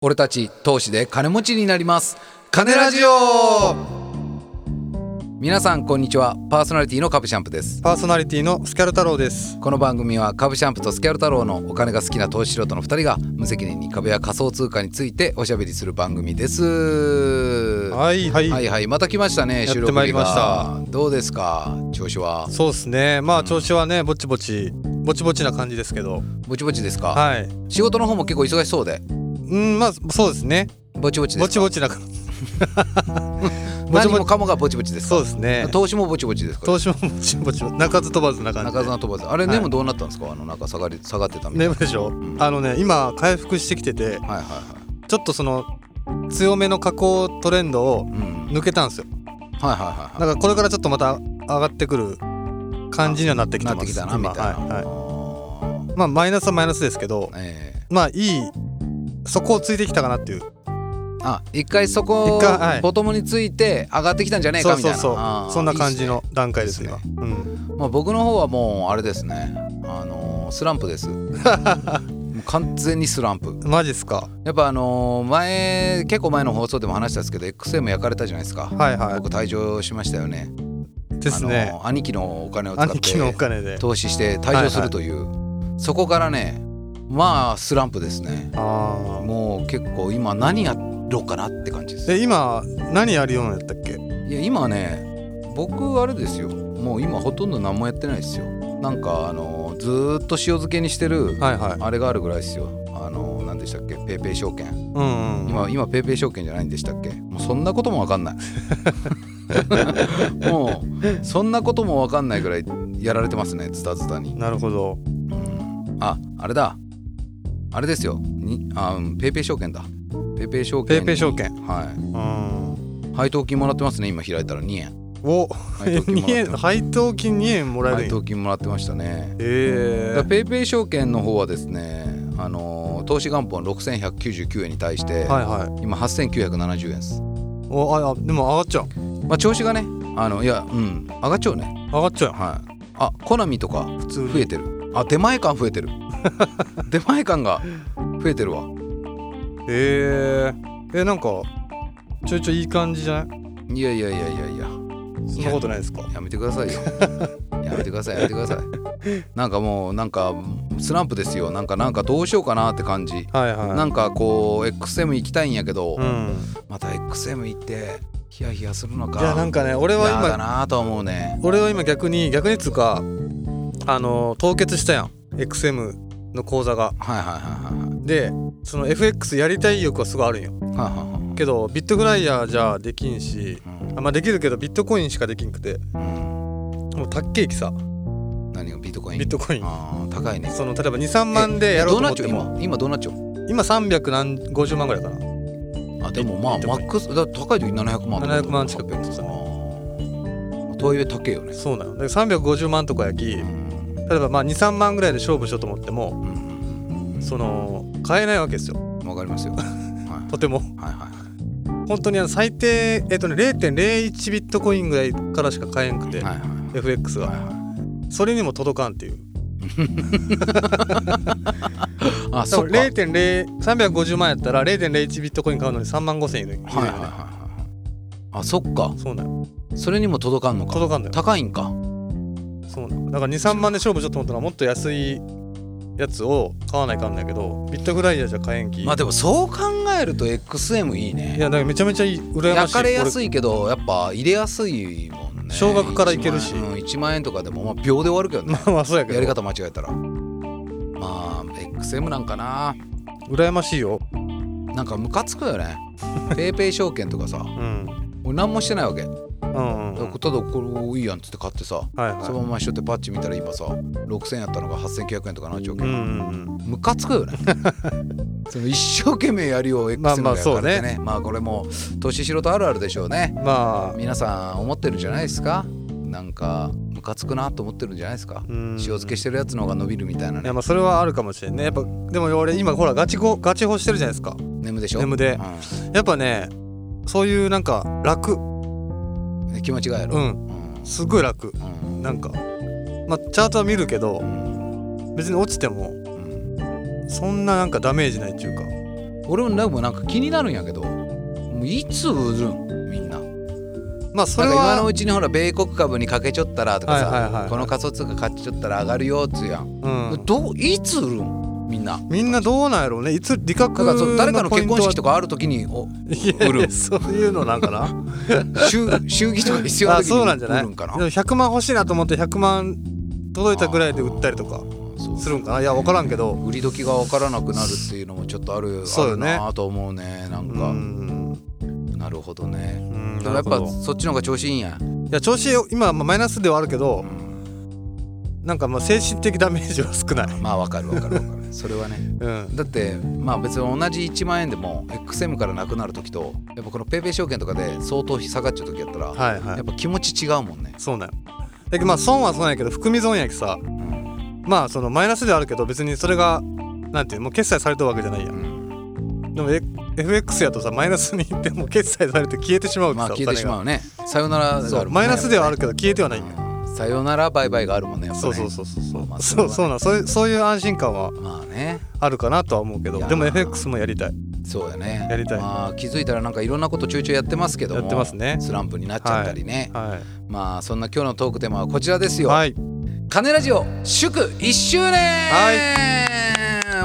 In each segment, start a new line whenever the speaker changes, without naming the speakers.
俺たち投資で金持ちになります金ラジオ皆さんこんにちはパーソナリティのカブシャンプです
パーソナリティのスキャル太郎です。
この番組は株シャンプとスキャル太郎のお金が好きな投資素人の2人が無責任に株や仮想通貨についておしゃべりする番組ですは
はいはいい、
はいまた来ましたね
やって
収録日が
まいりました
どうですか調子は
そうですね。まあ調子はね、ぼちぼちぼちぼちな感じですけど、
ぼちぼちですか、
はい。
仕事の方も結構忙しそうで
うんまあそうですね。
ぼちぼちですか
ぼちぼち な感じ。ぼち
何も
ぼち。
かもがぼちぼちですか
そうですね。
投資もぼちぼちですか
投資もぼちぼち泣かず飛ばずな感じで。
中澤飛ばずあれ、
はい
でもどうなったんですかあのなんか下がり下がってたみたい
眠いでしょ
ん。
あのね今回復してきてて、
な、はいはい
ちょっとその強めの下降トレンドを
はいうん
抜けたんですよ。
はいはいは
だからこれからちょっとまた上がってくる感じにはなって
い
き
なっ
てます。
てきたなみ
今
たいな、
はいはい。
は
まあマイナスはマイナスですけど。
ええ
まあいいそこをついてきたかなっていう
あ一回そこ
一回はい
ボトムについて上がってきたんじゃねえ
そ
か
う
み
そ
たいうな
そ
あー
うそんな感じの段階です
いいっ
今
す
うん
まあ、僕の方はもうあれですねあのースランプ ですもう完全にスランプ
マジっすか
やっぱあのー前結構前の放送でも話したんですけど XM 焼かれたじゃないですか、
はいは
僕退場しましたよね
いです
あ
ね
のー兄貴のお金を使っ
兄貴のお
て
金で
投資して退場するという、そこからねまあスランプですね
ああ
もう結構今何やろうかなって感じです
え今何やるようなんやったっけ
いや今ね僕あれですよもう今ほとんど何もやってないですよなんかあのずーっと塩漬けにしてる
はいはい
あれがあるぐらいですよあの何でしたっけペイペイ証券
うんうん
今今ペイペイ証券じゃないんでしたっけもうそんなことも分かんないもうそんなことも分かんないぐらいやられてますねズタズタに、
なるほど
うんああれだあれですよにあうんペイペイ証券だペイペイ証券
ペ
に
イペイ証券
はい
うん
配当金もらってますね今開いたら2円
お
配当金 も
2
らっ
円
てます
配当金2円もらえ
配
るんや
当金もらってましたね。
え
だ
え
ペイペイ証券の方はですね、あのー投資元本6199円に対して、
はいはい
今8970円です。
おああでも上がっちゃう
まあ調子がね、あのいやうん上がっちゃうね。
上がっちゃう
はい。あコナミとか
普通に
増えてる。あ出前感増え てる。出前感が増えてるわ。
えええなんかちょいちょいいい感じじゃない
いやいやいやいやいや
そんなことないですか
やめてくださいよ。 やめてくださいやめてください。なんかもうなんかスランプですよ。なんかなんかどうしようかなって感じ。
はいはい
なんかこう XM 行きたいんやけど。
うん
また XM 行ってヒヤヒヤするのか
いやなんかね俺は
嫌だ
今
なとは思うね
俺は今逆に逆にっつうかあの凍結したやん XM の口座が
はいはいは
でその FX やりたい意欲はすごいあるんよ
いはいはいはいはい
けどビットフライヤーじゃできんしあまあできるけどビットコインしかできんくて
うん、
もうたっけえきさ
うん、何がビットコイン
ビットコイン
あー高いね
その例えば23万でやろうと思って
えどうなっちゃ
も
う今今どうなっちゃう
今350何50万ぐらいかな
あでもまあ
ビット
マ
コイン
ックスだ高い時700万
700万近くやってたね
くとはいえ高いよね
そうなのだから350万とかやき
う
例え
ん
ばまあ23万ぐらいで勝負しようと思っても
うんうん
その買えないわけですよ
うんわかりますよはい
とても
はいは
本当にあの最低えっとね0.01ビットコインぐらいからしか買えんくて、
いはいはいはい
FX が、
はいは
それにも届かんっていう
いあ
多
そっ
分
かはい
0.0350万やったら0.01ビットコイン買うのに3万5千いるいるよ
はい
ね、
はいはいあそっか
そうなんよ
それにも届かんのか
届かんのよ
高いんか
そうなんよだから23万で勝負しようと思ったらもっと安いやつを買わないかんだけどビットフライヤーじゃ買えんき、
まあでもそう考えると XM いい
い
ね
やだからめちゃめちゃいい羨ま
焼
しい
かれやすいけどやっぱ入れやすいもんね
少額からいけるし
1万,、うん、1万円とかでもまあ秒で終わるけど
俺
ね
まあまあそうやけど
やり方間違えたらまあ XM なんかな
羨ましいよ
なんかムカつくよ ねペイペイ証券とかさ
うん
俺何もしてないわけた
うんうんうん
だこれいいやんっつって買ってさ
はい
その
は
まましょってパッチ見たら今さ6000円やったのが8900円とかなっちゃう
い
け
う
ど、
んうん
ムカつく よねその一生懸命やるよ XM
まあ
が
まあ
やかれてね,、
そうね
まあこれも年素人あるあるでしょうね
うんまあ
皆さん思ってるんじゃないですかなんかムカつくなと思ってるんじゃないですか
うん
塩漬けしてるやつの方が伸びるみたいないね
やまあそれはあるかもしれんねやっぱでも俺今ほらガチゴガチホしてるじゃないですか
眠でしょ
眠で、やっぱねそういうなんか楽
うん気持ちがや
う
ろ
ん
うん
すごい楽
うん
なんかまあチャートは見るけど
うん
別に落ちても
うん
そんななんかダメージないっていうか
俺もなんかなんか気になるんやけどもういつ売るんみんな
まあそ
な
れ
んか今の
は
うちにほら米国株にかけちょったらとかさ、
はいはいはい
この仮想通貨買っちょったら上がるよっつうやん、
うん
どういつ売るんみんな
みんなどうなんやろうねいつ理覚
だからそう誰かの結婚式
と
とかある時にお
か
売る
そういうのなんか な
祝 祝儀とか必要な
あ
時
そう
に
なんじゃな
売る
いで
ん
も
かな
100万欲しいなと思って100万届いたぐらいで売ったりとか
そう
するんかないや分からんけど
売り時が分からなくなるっていうのもちょっとある
そうよね
あるなと思うねなん
う
か、
ん
なるほどね
うん
でも
な
や
る
っ
ほ
ぱ
ど
そっちの方が調子いいんや、
いや調子よ今まあマイナスではあるけ
う
ど
ん、
なんかまあ精神的ダメージは少ない
まあ分かる分かる分かるそれはね
うん
だってまあ別に同じ1万円でも XM からなくなる時とやっぱこの PayPay 証券とかで相当下がっちゃう時やったら、
はいは
やっ
い
ぱ気持ち違うもんね、
そうなんよだけどまあ損は損やけど含み損やけさ
うん
まあそのマイナスではあるけど別にそれがなんていうもう決済されたわけじゃないやん
うん
でも、え FX やとさマイナスに行っても決済されて消えてしまうって
まあ
さ
消えてしま
お
うねさよならがあ
金
る
がそう
もんね
マイナスではある
やっ
けど消えては
ぱ
ない
ね
んだよ
うんさよならバイバイがあるもんねやっぱね
そうそうそうそうそう、
まあそれ
そ
は
うそうなんそういうそういう安心感は
まあね
あるかなとは思うけど
いやー
でも FX もやりたい
そうだね
やりたい
まあ気づいたらなんかいろんなことちょいちょいやってますけども
やってますね
スランプになっちゃったりね、
は
まあそんな今日のトークテーマはこちらです
い
よ、
はい
カネラジオ祝1周年、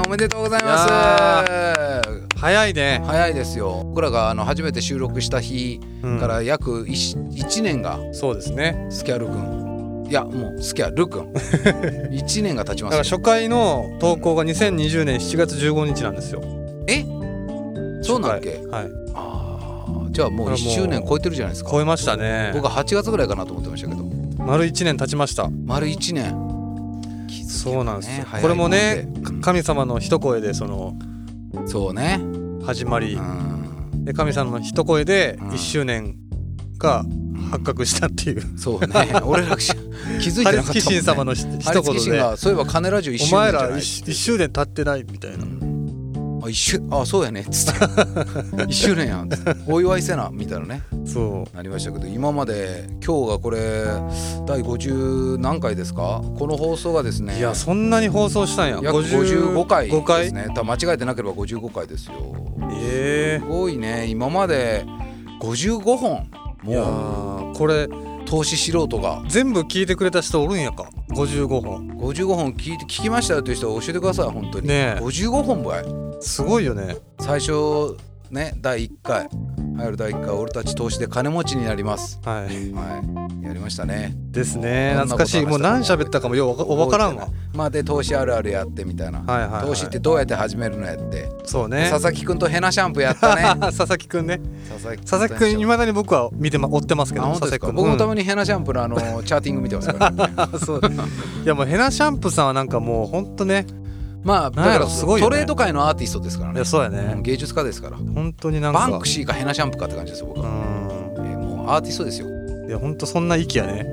おめでとうございます
い早いね
早いですよ僕らがあの初めて収録した日
うん
から約 1, 一年が
そうですね
スキャル君いやもうスキャル 君1年が経ち
だ
ま
から
すよ
初回の投稿が2020年7月15日なんですよ
えそうなんだっけ
初回はい
あーじゃあもう
これ
1
はも
周
う
年超えてるじゃないですか
超えましたね
僕は8月ぐらいかなと思ってましたけど
丸1年経ちました
丸1年気づけばね
そうなんですよ
早い
これもね
んで
神様の一声でその
うんそうね
始まり
うん
で神様の一声で
うん
1周年が発覚したっていう
そうね 俺らし気づいてな
ハ
かったもん
リツ
ね
キ神様のひ
ハリ
一
ツキ
言
神
で
がそういえばカネラジオ1
「お
周年
前
じゃな
ら
い
一周一周年経ってない」みたいな
あ一周あそうやねっつって 一周年やんっつってお祝いせなみたいなね
そ
なりましたけど今まで今日がこれ第50何回ですかこの放送がです
う
ね
いやそんなに放送したんや
約55回
5
です
回
ね多分間違えてなければ55回ですよ
え
すごいね今まで55本
えいや
も
ーこれ
う投資素人が
全部聞いてくれた人おるんやか55本
55本聞いて聞きましたよという人は教えてください本当に、
ねえ
55本ばい
すごいよね
最初ね第1回入る第1回俺たち投資で金持ちになります
はい
はいやりましたね
ですね
こんなこと
懐かしいもう何喋ったかもようわかわからん
覚
わ
えてないまあで投資あるあるやってみたいな、
はいはいはい
投資ってどうやって始めるのやって、
そうね
佐々木くんとヘナシャンプーやった ね
佐々木くんね
佐々木
佐々木くんいまだに僕は見てま追ってますけ
あ
ど
本
佐
当ですか
々木くん
僕もた
うん
まにヘナシャンプー のあのチャーティング見てますから、ね、
あそういやもうヘナシャンプさんはなんかもうほんとね
まあだ
なん
か
や
ら
ろすごいよ
ト
ね
レード界のアーティストですから
い
ね
やそうや
うん
ね
芸術家ですから
ほんとになんか
バンクシーかヘナシャンプーかって感じですよ僕
う
は、
ん
えーもうアーティストですよ、
いやほんとそんな息やね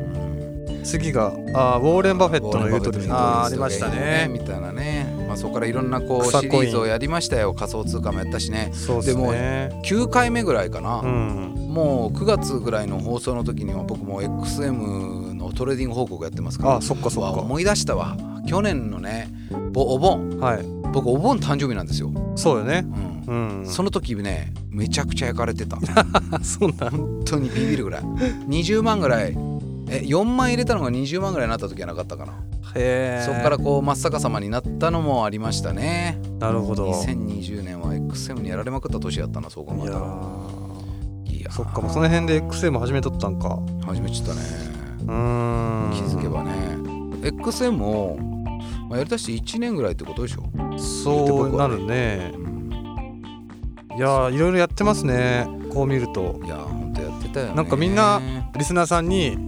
次があーウォーレン・バフェットの言うとりあーありましたね
みたいなね、まあ、そこからいろんなこう
草
シ
コイ
リー
ン
ズをやりましたよ仮想通貨もやったしね
そうですね
9回目ぐらいかな、
うん
もう9月ぐらいの放送の時には僕も XM のトレーディング報告やってますから
あそっかそ
わ
っ
思い出したわ去年のねぼお盆
かはい
僕お盆誕生日なんですよ、う
そうよね
ん
うん
その時ねめちゃくちゃ焼かれてた
あそうなん
本当にビビるぐらい20万ぐらいえ4万入れたのが20万ぐらいになった時はなかったかな
へえ
そこからこう真っ逆さまになったのもありましたね
なるほど
2020年は XM にやられまくった年やったなそう考
い
え
や
たら
ー
いやー
そっかもうその辺で XM 始めとったんか
始めちゃったね
うーん
気づけばね XM を、まあ、やりだして1年ぐらいってことでしょ、
そうなるねいやーいろいろやってますねこう見ると
いやーほんとやってたよね
なんかみんなリスナーさんに「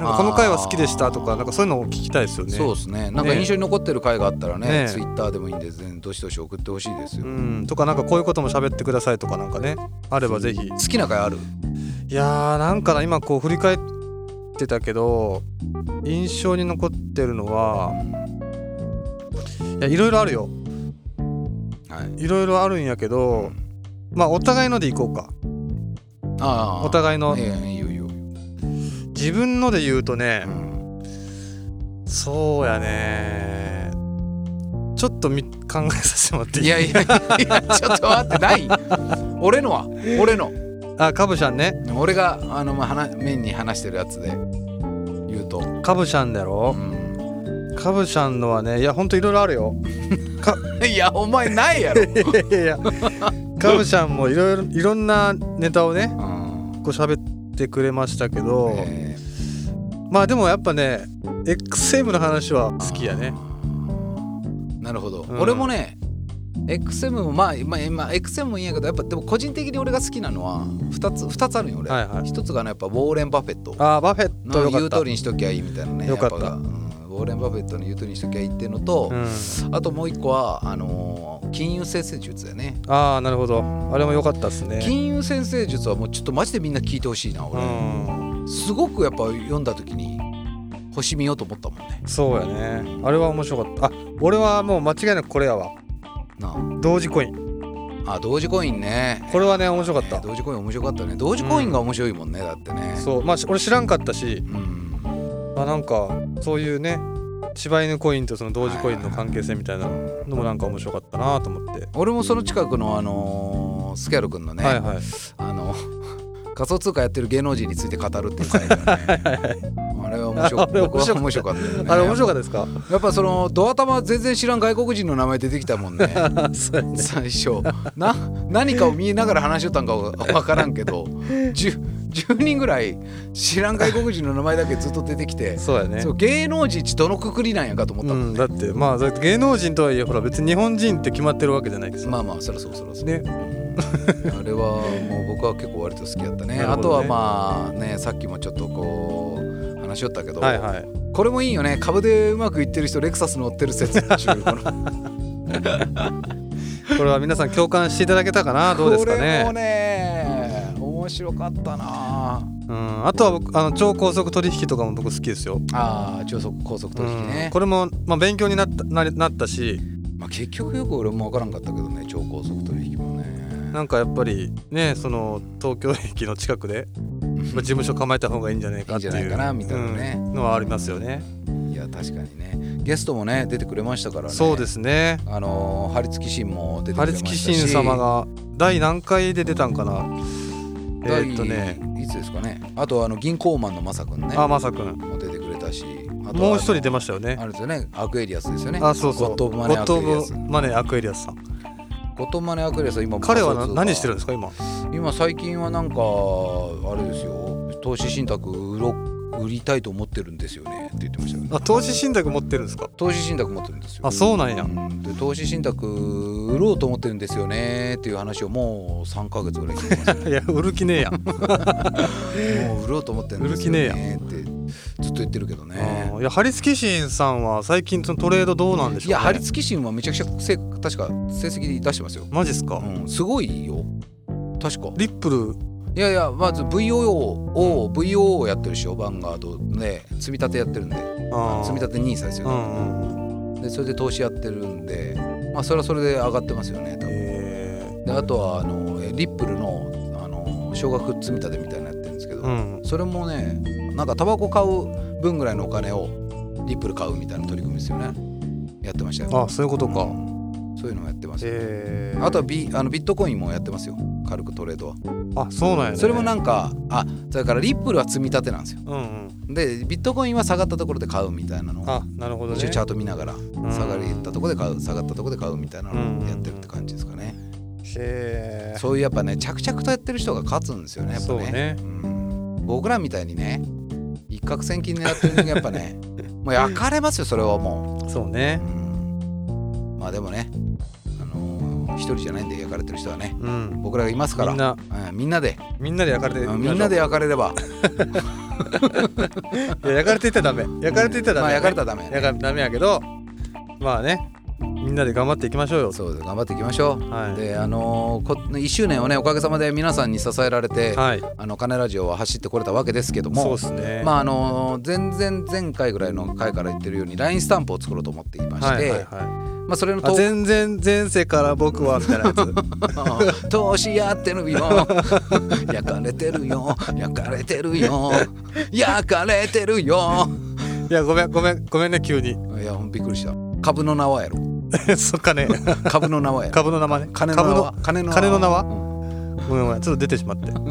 なんかこの回は好きでした」とかなんかそういうのを聞きたいですよね。
そうですねなんか印象に残ってる回があったらね
ね
ツイッターでもいいんで全然どしどし送ってほしいですよ、
うん、とかなんかこういうことも喋ってくださいとかなんかねあればぜひ
好きな回ある
いやーなんかな今こう振り返ってたけど印象に残ってるのはいやいろいろあるよ
はい
いろいろあるんやけどまあお互いのでいこうか
ああ
お互いの
いやいやいいよいい よ、う
自分ので言うとね
ん
そうやねちょっとみ考えさせてもらっていい
いやいやいやちょっと待ってない俺のは俺の
あカブシャンね
俺があの、まあ、話面に話してるやつで言うと、
カブシャンだろ
う
カブシャンのはねいやほんといろいろあ るよ
ん、いやお前ない やろ、
いやいやいやカブシャンもいろいろいろんなネタをね
うん
こう喋ってくれましたけど、
え
まあでもやっぱね XM の話は好きやね
ーなるほど、
うん
俺もね XM もまあ、まあ、まあ XM もいいんやけどやっぱでも個人的に俺が好きなのは2つ二つあるんよ俺、
はいはい
一つがねやっぱウォーレン・バフェット
あーバフェット
の
よ
言
か
う通
った
りにしときゃいいみたいなね
よかった
やぱうんウォーレン・バフェットの言う通りにしときゃいいっていうのと、
うん、
あともう一個はあのー金融先生術だよね
ああなるほどあれも良かったっすね
金融先生術はもうちょっとマジでみんな聞いてほしいな
う
俺、
ん
すごくやっぱ読んだ時に星見ようと思ったもんね
そうやねあれは面白かったあ俺はもう間違いなくこれやわ
な
同時コイン
ああ同時コインね
これはね面白かっ
ね
た
同時コイン面白かったね同時コインが面白いもんね、だってね
そうまあし俺知らんかったし
うん
あなんかそういうね柴犬コインとその同時コインの関係性みたいなのもなんか面白かったなと思って、
俺もその近くのあのースキャル君のね、
はいはい
あの 仮想通貨やってる芸能人について語るっていう回がねあれは面白か
あ
っ
れ
た僕
面白か
は面白か
った
ったよね
あれ面白かったで すか
やっぱそのドア玉全然知らん外国人の名前出てきたも んね
そうやね
最初な何かを見ながら話しとったんかわからんけど 10, 10人ぐらい知らん外国人の名前だけずっと出てきて、
そうやね
そう芸能人ちどのくくりなんやかと思った
う
もん、
ん、だってまあだって芸能人とはいえほら別に日本人って決まってるわけじゃないですよ、
まあまあそりゃそうそりゃそう、
ね
あれはもう僕は結構割と好きやったね
なる
あ
ほどね
とはまあねさっきもちょっとこう話しよったけど、
はいはい
これもいいよね株でうまくいってる人レクサス乗ってる説っていうこの
これは皆さん共感していただけたかなどうですか
これも
ね
ね面白かったな
うん、あとは僕あの超高速取引とかも僕好きですよ、
あー超速高速取引
うん
ね、
これも、まあ、勉強になったなりなったし
まあ、結局よく俺も分からんかったけどね超高速取引もね
なんかやっぱりねその東京駅の近く で、まあ、事務所構えた方がいいんじゃないかっていう
いいんじゃないかなみたいなね
うんのはありますよね
いや確かにねゲストもね出てくれましたからね
そうですね
あのー、張り付き神も出てく
張
れ
り
ました
付き
し
神様が第何回で出たんかなえ
第
ーっとね
いつですかねあとあの銀行マンのマサ君ね
あまさくん
も出てくれたしあと
もう一人
で
出ましたよね
あれですよねアクエリアスですよね
あそうそう
ゴッド・オブ・マネー・アクエリア
ゴッ
ス
ドオブマネーアクエリアスさん
ゴッド・オブマネー・アクエリアスは今
彼はな何してるん
ん
ですか今
今最近はなんかあれですよ投資信託売ろ売りたいと思ってるんですよねって言ってましたよね
あ投資信託持ってるんですか
投資信託持ってるんですよ
あそうなんや
うんで投資信託売ろうと思ってるんですよねっていう話をもう3ヶ月ぐらい聞いてます
いや売る気ねえやん、
ねもう売ろうと思ってるんですよねってずっと言ってるけどね
あーいやハリスキシンさんは最近そのトレードどうなんでしょう、ね、
いや張り付き神はめちゃくちゃせ確か成績出してますよ、
マジっすか、
うん、すごいよ確か
リップル
いやいやまず VOO を VOO をやってるしょバンガードで積み立てやってるんで
あー
積み立て NISA ですよ
う
ね、
んうん
でそれで投資やってるんでまあそれはそれで上がってますよね多分
え
であとはあのえリップルのあの少額積み立てみたいなのやってるんですけど、
ーうん
それもねなんかタバコ買う分ぐらいのお金をリップル買うみたいな取り組みですよねやってましたよ
あそういうことか、
うんそういうのもやってますよ
えー
あとはビあのビットコインもやってますよ軽くトレードは
あそうなんや、ね、
それもなんんかあだからリップルは積み立てなんですよ
うんうん
でビットコインは下がったところで買うみたいなのを
あなるほどね
一応チャート見ながら
ん
下がりったところで買う下がったところで買うみたいなのをやってるって感じですかね
へえ
そういうやっぱね着々とやってる人が勝つんですよねやっぱ
そうね
うん僕らみたいにね一攫千金狙ってる人間やっぱ ねもう焼かれますよそれはも
そう
う、う
ね
んまあでもね、あのー一人じゃないんで焼かれてる人はね
うん
僕らがいますから
みんな
うんみんなで
みんなで焼かれて
うんみんなで焼かれれば
いや焼かれていったらダメ焼かれていったらダ
まあ
メ、
焼かれたらダメ、
だからダメやけどまあねみんなで頑張っていきましょうよ
そうです頑張っていきましょう、
はい
であのーこ1周年をねおかげさまで皆さんに支えられて、
はい
あの金ラジオは走ってこれたわけですけど
そう
も
っすね
まああのー前々前回ぐらいの回から言ってるように LINE スタンプを作ろうと思っていまし
はい
て、
はいはい
まあ、それの
あ
投稿
全然前世から僕はみたいな やつ
投資やってるよ 焼かれてるよ焼かれてるよ焼かれてるよ
いやごめんごめんごめんね急に
いやほんびっくりした株の名はやろ
そっ かね
株の名はや
株の名前ね
金の名は金
金の名は
うん
株のごめんごめんちょっと出てしまっ てまあ
い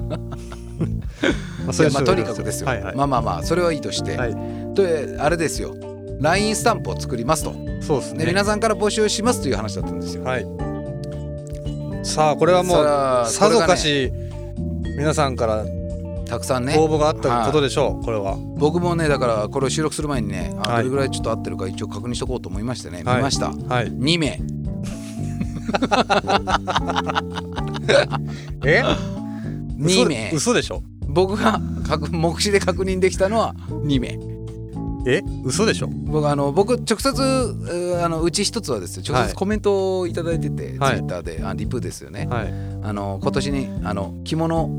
や
人
まあ
い
と
る
に
ん
かくですよ、
はいはい、
まあまあまあそれはいいとして、
はい
であれですよ LINE スタンプを作りますと
そうです
で
ね
皆さんから募集しますという話だったんですよ
はいさあこれはもう
さあ
さ
これ
ぞ
がね
かし皆さんから
たくさんね
応募があったことでしょう、これは
僕もねだからこれを収録する前にねあ
は
ど
い
れぐらいちょっと合ってるか一応確認しとこうと思いましてね、
はい
見ました
はい
2名
え
2名
嘘でしょ
僕が 確目視で確認できたのは2名
え嘘でしょ
僕あの僕直接うーあのうち一つはですよ直
はい
接コメントを頂いただいてて、
はい
ツイッターであリプですよね、
はい
あの今年にあの着物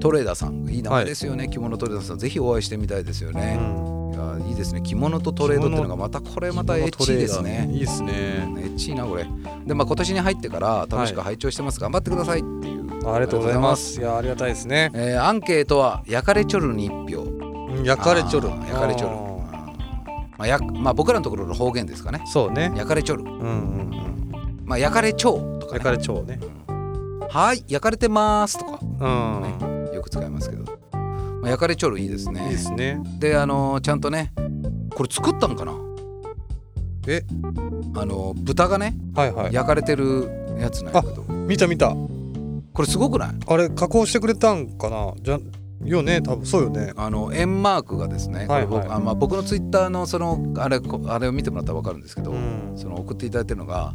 トレーダーさんいい名前ですよね、着物トレーダーさんぜひお会いしてみたいですよ
う
ね、
ん
いやいいですね着物とトレードっていうのがまたこれまたエッチいですね
いいですね
エッチいなこれでまあ今年に入ってから楽しく拝聴してます、頑張ってくださいっていう
ありがとうございますいやありがたいですね
えーアンケートは「焼かれちょるに一票」
うん焼かれちょる
あー焼かれちょる
あー
まあやまあ、僕らのところの方言ですかね
そうね
焼かれちょる
うんうんうん
まあ焼かれちょうとか、ね、
焼かれちょうね
はーい焼かれてますとか
うん
よく使いますけど、まあ、焼かれちょるいいですね
いいですね
であのーちゃんとねこれ作ったんかな
え
あのー豚がね
はいはい
焼かれてるやつなんやけど
見た見た
これすごくない
あれ加工してくれたんかなじゃよね多分そうよね
あの円マークがですね、こ
は
れ
いはい
僕あまあ、僕のツイッターのそのあれこあれを見てもらったら分かるんですけど、
うん
その送っていただいてるのが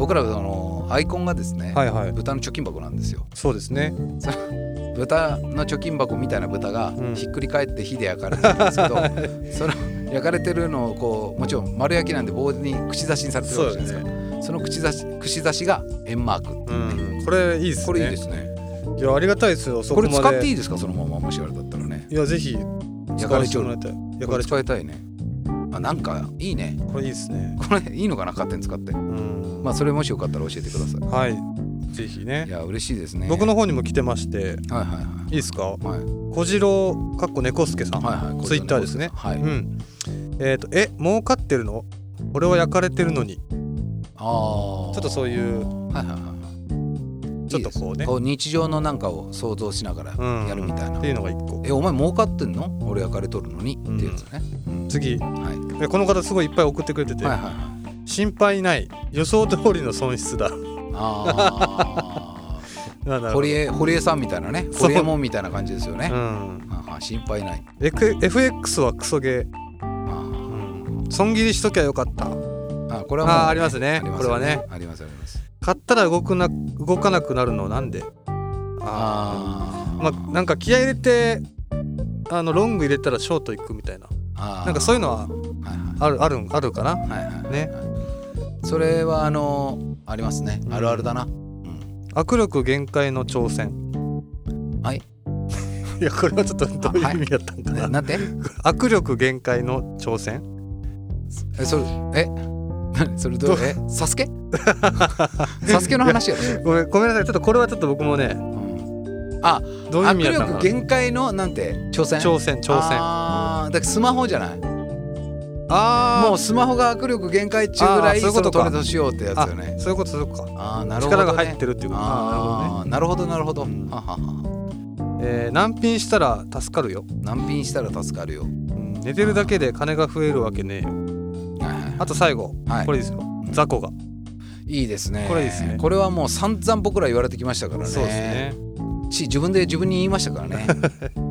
僕らのそのアイコンがですね、
はいはい
豚の貯金箱なんですよ
そうですね
豚の貯金箱みたいな豚が
うん
ひっくり返って火で焼かれてるんです けど、その焼かれてるのをこうもちろん丸焼きなんで棒に串刺しにされてるわけじゃないですかそ,、の口刺し串刺しが円マークって
う
いうね、
んこれいいですね
これいいですね
いやありがたいですよそ
こ
こま
れ
で
使ってい
い
いですかそのままもしあれだったらね
いやぜひ
焼
使
か
わ
れ
せ
ち
て
ょ
もら
る
いたいや
こ
か
れ
れちょ
使いたいねあなんかいいね
これいいですね
これいいのかな勝手に使って
うん
まあそれもしよかったら教えてください
はいぜひね
いや嬉しいですね
僕の方にも来てまして
はいはいはい
いですか
はい
小次郎かっこ猫助さん、
はいはい
ツイッターですね
はい、
うんえっ、とえ儲かってるの俺は焼かれてるのにち
あー
ょっとそういう
はいはいはい
ちょっとこうね
こう日常のなんかを想像しながら
うん
やるみたいな、
っていうのが一個
えお前儲かってんの俺焼かれとるのに、ってやつね、うん
次こ
はい、はい
の方すごいいっぱい送ってくれてて、
はいはい
心配ない予想通りの損失だ
あ
なんだ
あ
ろう
堀江堀江さんみたいなね
そう
堀江門みたいな感じですよね
う、ん
はんはん心配ない
F- FX はクソゲ
あ
ー、
ー
損切りしときゃよかった
あこれはもう、
あーありますね
あり
これはね
ありますあります
買ったら動くな動かなくなるのなんであ
あ
ー
ー
まあなんか気合い入れてあのロング入れたらショート行くみたいな
あー
なんかそういうのは
はいはい
あるあるんあるかな
はいはい
ね
それはあのありますね
うん
あるあるだな、
握力限界の挑戦
はい
いやこれはちょっとどうい
あはいう
意味だったんか
ね
な、
なんて
握力限界の挑戦
えそれえ何それどう
ど
えサスケサスケの話やろそれ、
ごめんごめんなさいちょっとこれはちょっと僕も
う
ね
ん
どういう意
握
味だったん
力
かな
限界のなんて挑戦
挑戦挑戦
あーだからスマホじゃない
あー
もうスマホが握力限界中ぐら
あ
い
ーそういうことか
のトレードしようってやつよね
そういうことそういうことか、
ああーなるほど、ね、
力が入ってるっていうことあ
ああーなるほどなるほど、
うん
ははは
あなるほどね、えー難品したら助かるよ、
難品したら助かるよ
うん寝てるだけで金が増えるわけねえよ
はいはい
あと最後、
はい
これですよ雑魚が、
いいですね。
これいいですね
これはもう散々僕ら言われてきましたからね。
そうですね
し自分で自分に言いましたから ね。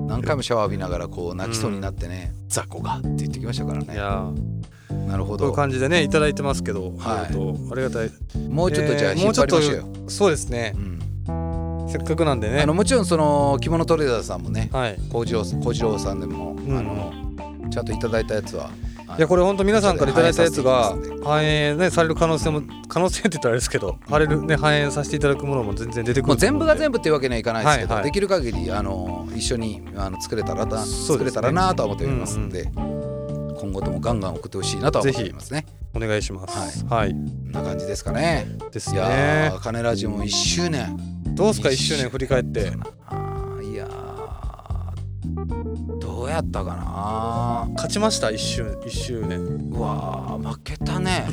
何回もシャワー浴びながらこう泣きそうになってね、雑魚がって言ってきましたから
い
ね。
やー
なるほ
こういう
ど。
感じでねいただいてますけど、
はい
えーとありがたい
もうちょっとじゃあ
えー
引っ張りましょう
も
よ。
そうですね
うん
せっかくなんでね
あのもちろんその着物トレーダーさんもね、
はい
小次郎さん小次郎さんでも、
ん
あのちゃんといただいたやつは。あの
いやこれほんと皆さんからいただいたやつが
反映させていき
反映、ね、される可能性も可能性って言ったらあれですけど反れる、ね、反映させていただくものも全然出てくる
もう全部が
部
全部っていうわけにはいかないですけど、
はいはい
できる限りあの一緒にあの作れたらな、
そう
作
ですね
れたらなとは思っておりますんで、今後ともガンガン送ってほしいなとは思っておりますね。
お願いしますはい、
こんな感じですかね。
です
いや
ね
ー、カネラジも1周年。
どうですか1周年振り返って
あーいやーどうやったかな
勝ちました1周一周年
うわー負けたね。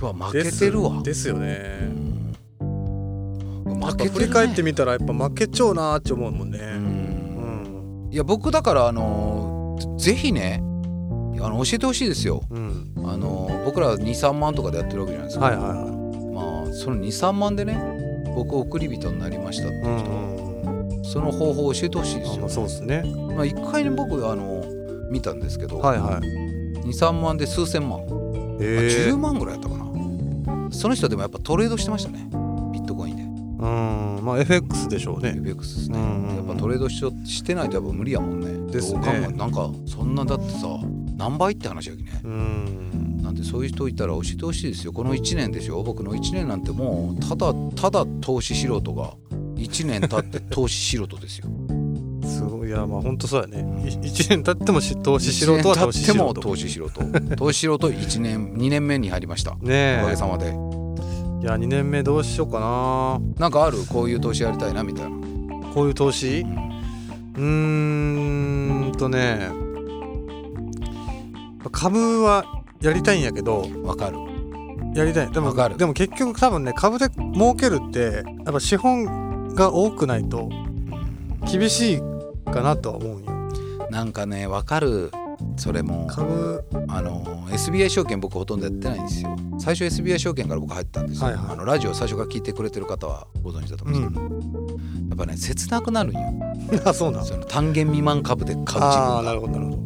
うわ負けてるわ
ですよね
うん
やっ
負
ぱ
けて
振
る、ね、
り返ってみたらやっぱ負けちゃうなーって思うもん
う
ねうんん
いや僕だからあのーぜぜひねあの教えてほしいですよ
うん
あのー僕ら23万とかでやってるわけじゃないですか、
はいはいは
まあその23万でね僕送り人になりましたってい
いう
人、
ん
その方法を教えてほしいです
あま
よ
あ、そうですね
まあ、1回ね僕あの見たんですけど、
はいはい
23万で数千万、
ええ
10万ぐらいやったかなその人でもやっぱトレードしてましたねビットコインで
うんまあ FX でしょうね
UBX です
う
ね、
んうん
やっぱトレードしよしてないとやっぱ無理やもんね
ですね
どう考えなんかそんなだってさ何倍って話やきね
うん
なんでそういう人いたら教えてほしいですよこの1年でしょ僕の1年なんてもうただただ投資素人が1年経って投資素人です よ
すごいいやまあ本当そうやねい一年経ってもし投資素人は投資
一年経って
素
も投
人
資素人投資素人1年2年目に入りましたお
ね
か
え
げさまで
いや2年目どうしようかな
なんかあるこういう投資やりたいなみたいな、
こういう投資
うん
うーんとね株はやりたいんやけど
わかる
やりたいでも
わかる
でも結局多分ね株で儲けるってやっぱ資本が多くないと厳しいかなとは思うんよ
なんかねわかるそれも
株
あの SBI 証券僕ほとんどやってないんですよ最初 SBI 証券から僕入ったんですよ、
はいはい
あのラジオ最初から聞いてくれてる方はご存知だと思うんですけど、やっぱね切なくなるんよ
あそうなん
その単元未満株で買う自分
ああーな
が
るほどなるほど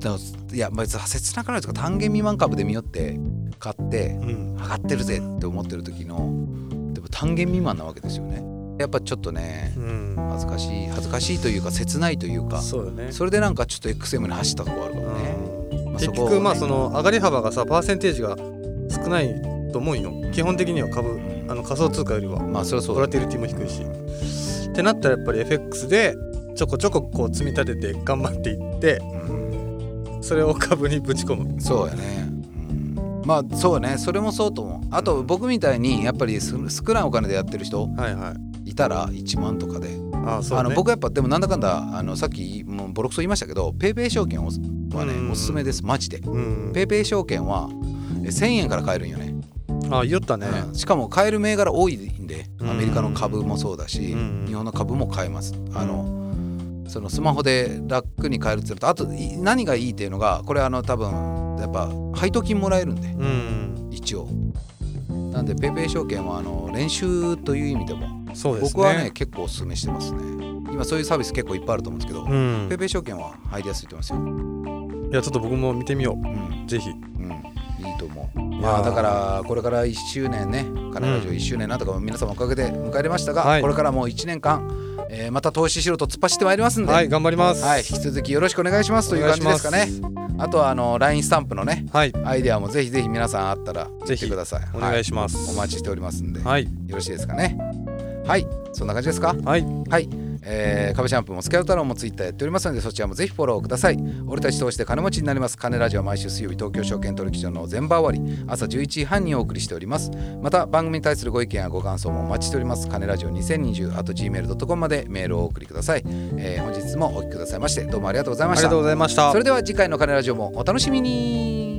だからいや別に切なくなるというか単元未満株で見よって買って
うん
上がってるぜって思ってる時のでも単元未満なわけですよねやっぱちょっとね
うん
恥ずかしい恥ずかしいというか切ないというか
そうよね
それでなんかちょっと XM に走ったとこあるか
う
も
ん
ね、まあ
結
そこをね
局まあその上がり幅がさパーセンテージが少ないと思うんよ基本的には株
うん
あの仮想通貨よりは
まあそれはそう
ボ
だ
ラ
ね
ティリティも低いし。ってなったらやっぱり FX でちょこちょここう積み立てて頑張っていって
うん
それを株にぶち込む。
そうやね、うんまあそうねそれもそうと思うあと僕みたいにやっぱりす少ないお金でやってる人
はいはい。
いたら1万とかで、
ああそう
あ
ね。
の僕やっぱでもなんだかんだあのさっきもうボロクソ言いましたけどペイペイ証券をは
う
ね
ん
おすすめですマジで
うん、
ペイペイ証券はえ1000円から買えるんよね、
ああ言おったね。
うんしかも買える銘柄多いんでアメリカの株もそうだし、
うん
日本の株も買えますあのそのスマホで楽に買えるっていうのとあとい何がいいっていうのがこれあの多分やっぱ配当金もらえるんで
うん、
一応なんでペイペイ証券はあの練習という意味でも
そうですね。
僕はね結構おすすめしてますね今そういうサービス結構いっぱいあると思うんですけど、
うん
ペイペイ証券は入りやすいと思いますよ、う
いやちょっと僕も見てみよ
ん
う。ぜひ。
うん、いいと思う
いやー
まあだからこれから1周年ねカナラジオ1周年なんとか皆様おかげで迎えれましたが、
はい
これからもう1年間、えーまた投資しろと突っ走ってまいりますんで、
はい頑張ります。
はい引き続きよろしくお願いしますという
お願
感
いし
じで
ます
かねあとはあの LINE スタンプのね
はい
アイデアもぜひぜひ皆さんあったら言
ぜ
っ
ひ
てください
お願い
し
します。
お待ちしておりますんで、
はい
よろしいですかねはいそんな感じですか
はい
はい、えー、株シャンプーもスキャル太郎もツイッターやっておりますのでそちらもぜひフォローください俺たち投資で金持ちになります金ラジオは毎週水曜日東京証券取引所の前場終わり朝11時半にお送りしておりますまた番組に対するご意見やご感想もお待ちしております金ラジオ2020 at gmail.com までメールをお送りください、えー、本日もお聞きくださいましてどうもありがとうござい
あ
ま
り
し
が
た
とうございました
そ。れでは次回の金ラジオもお楽しみに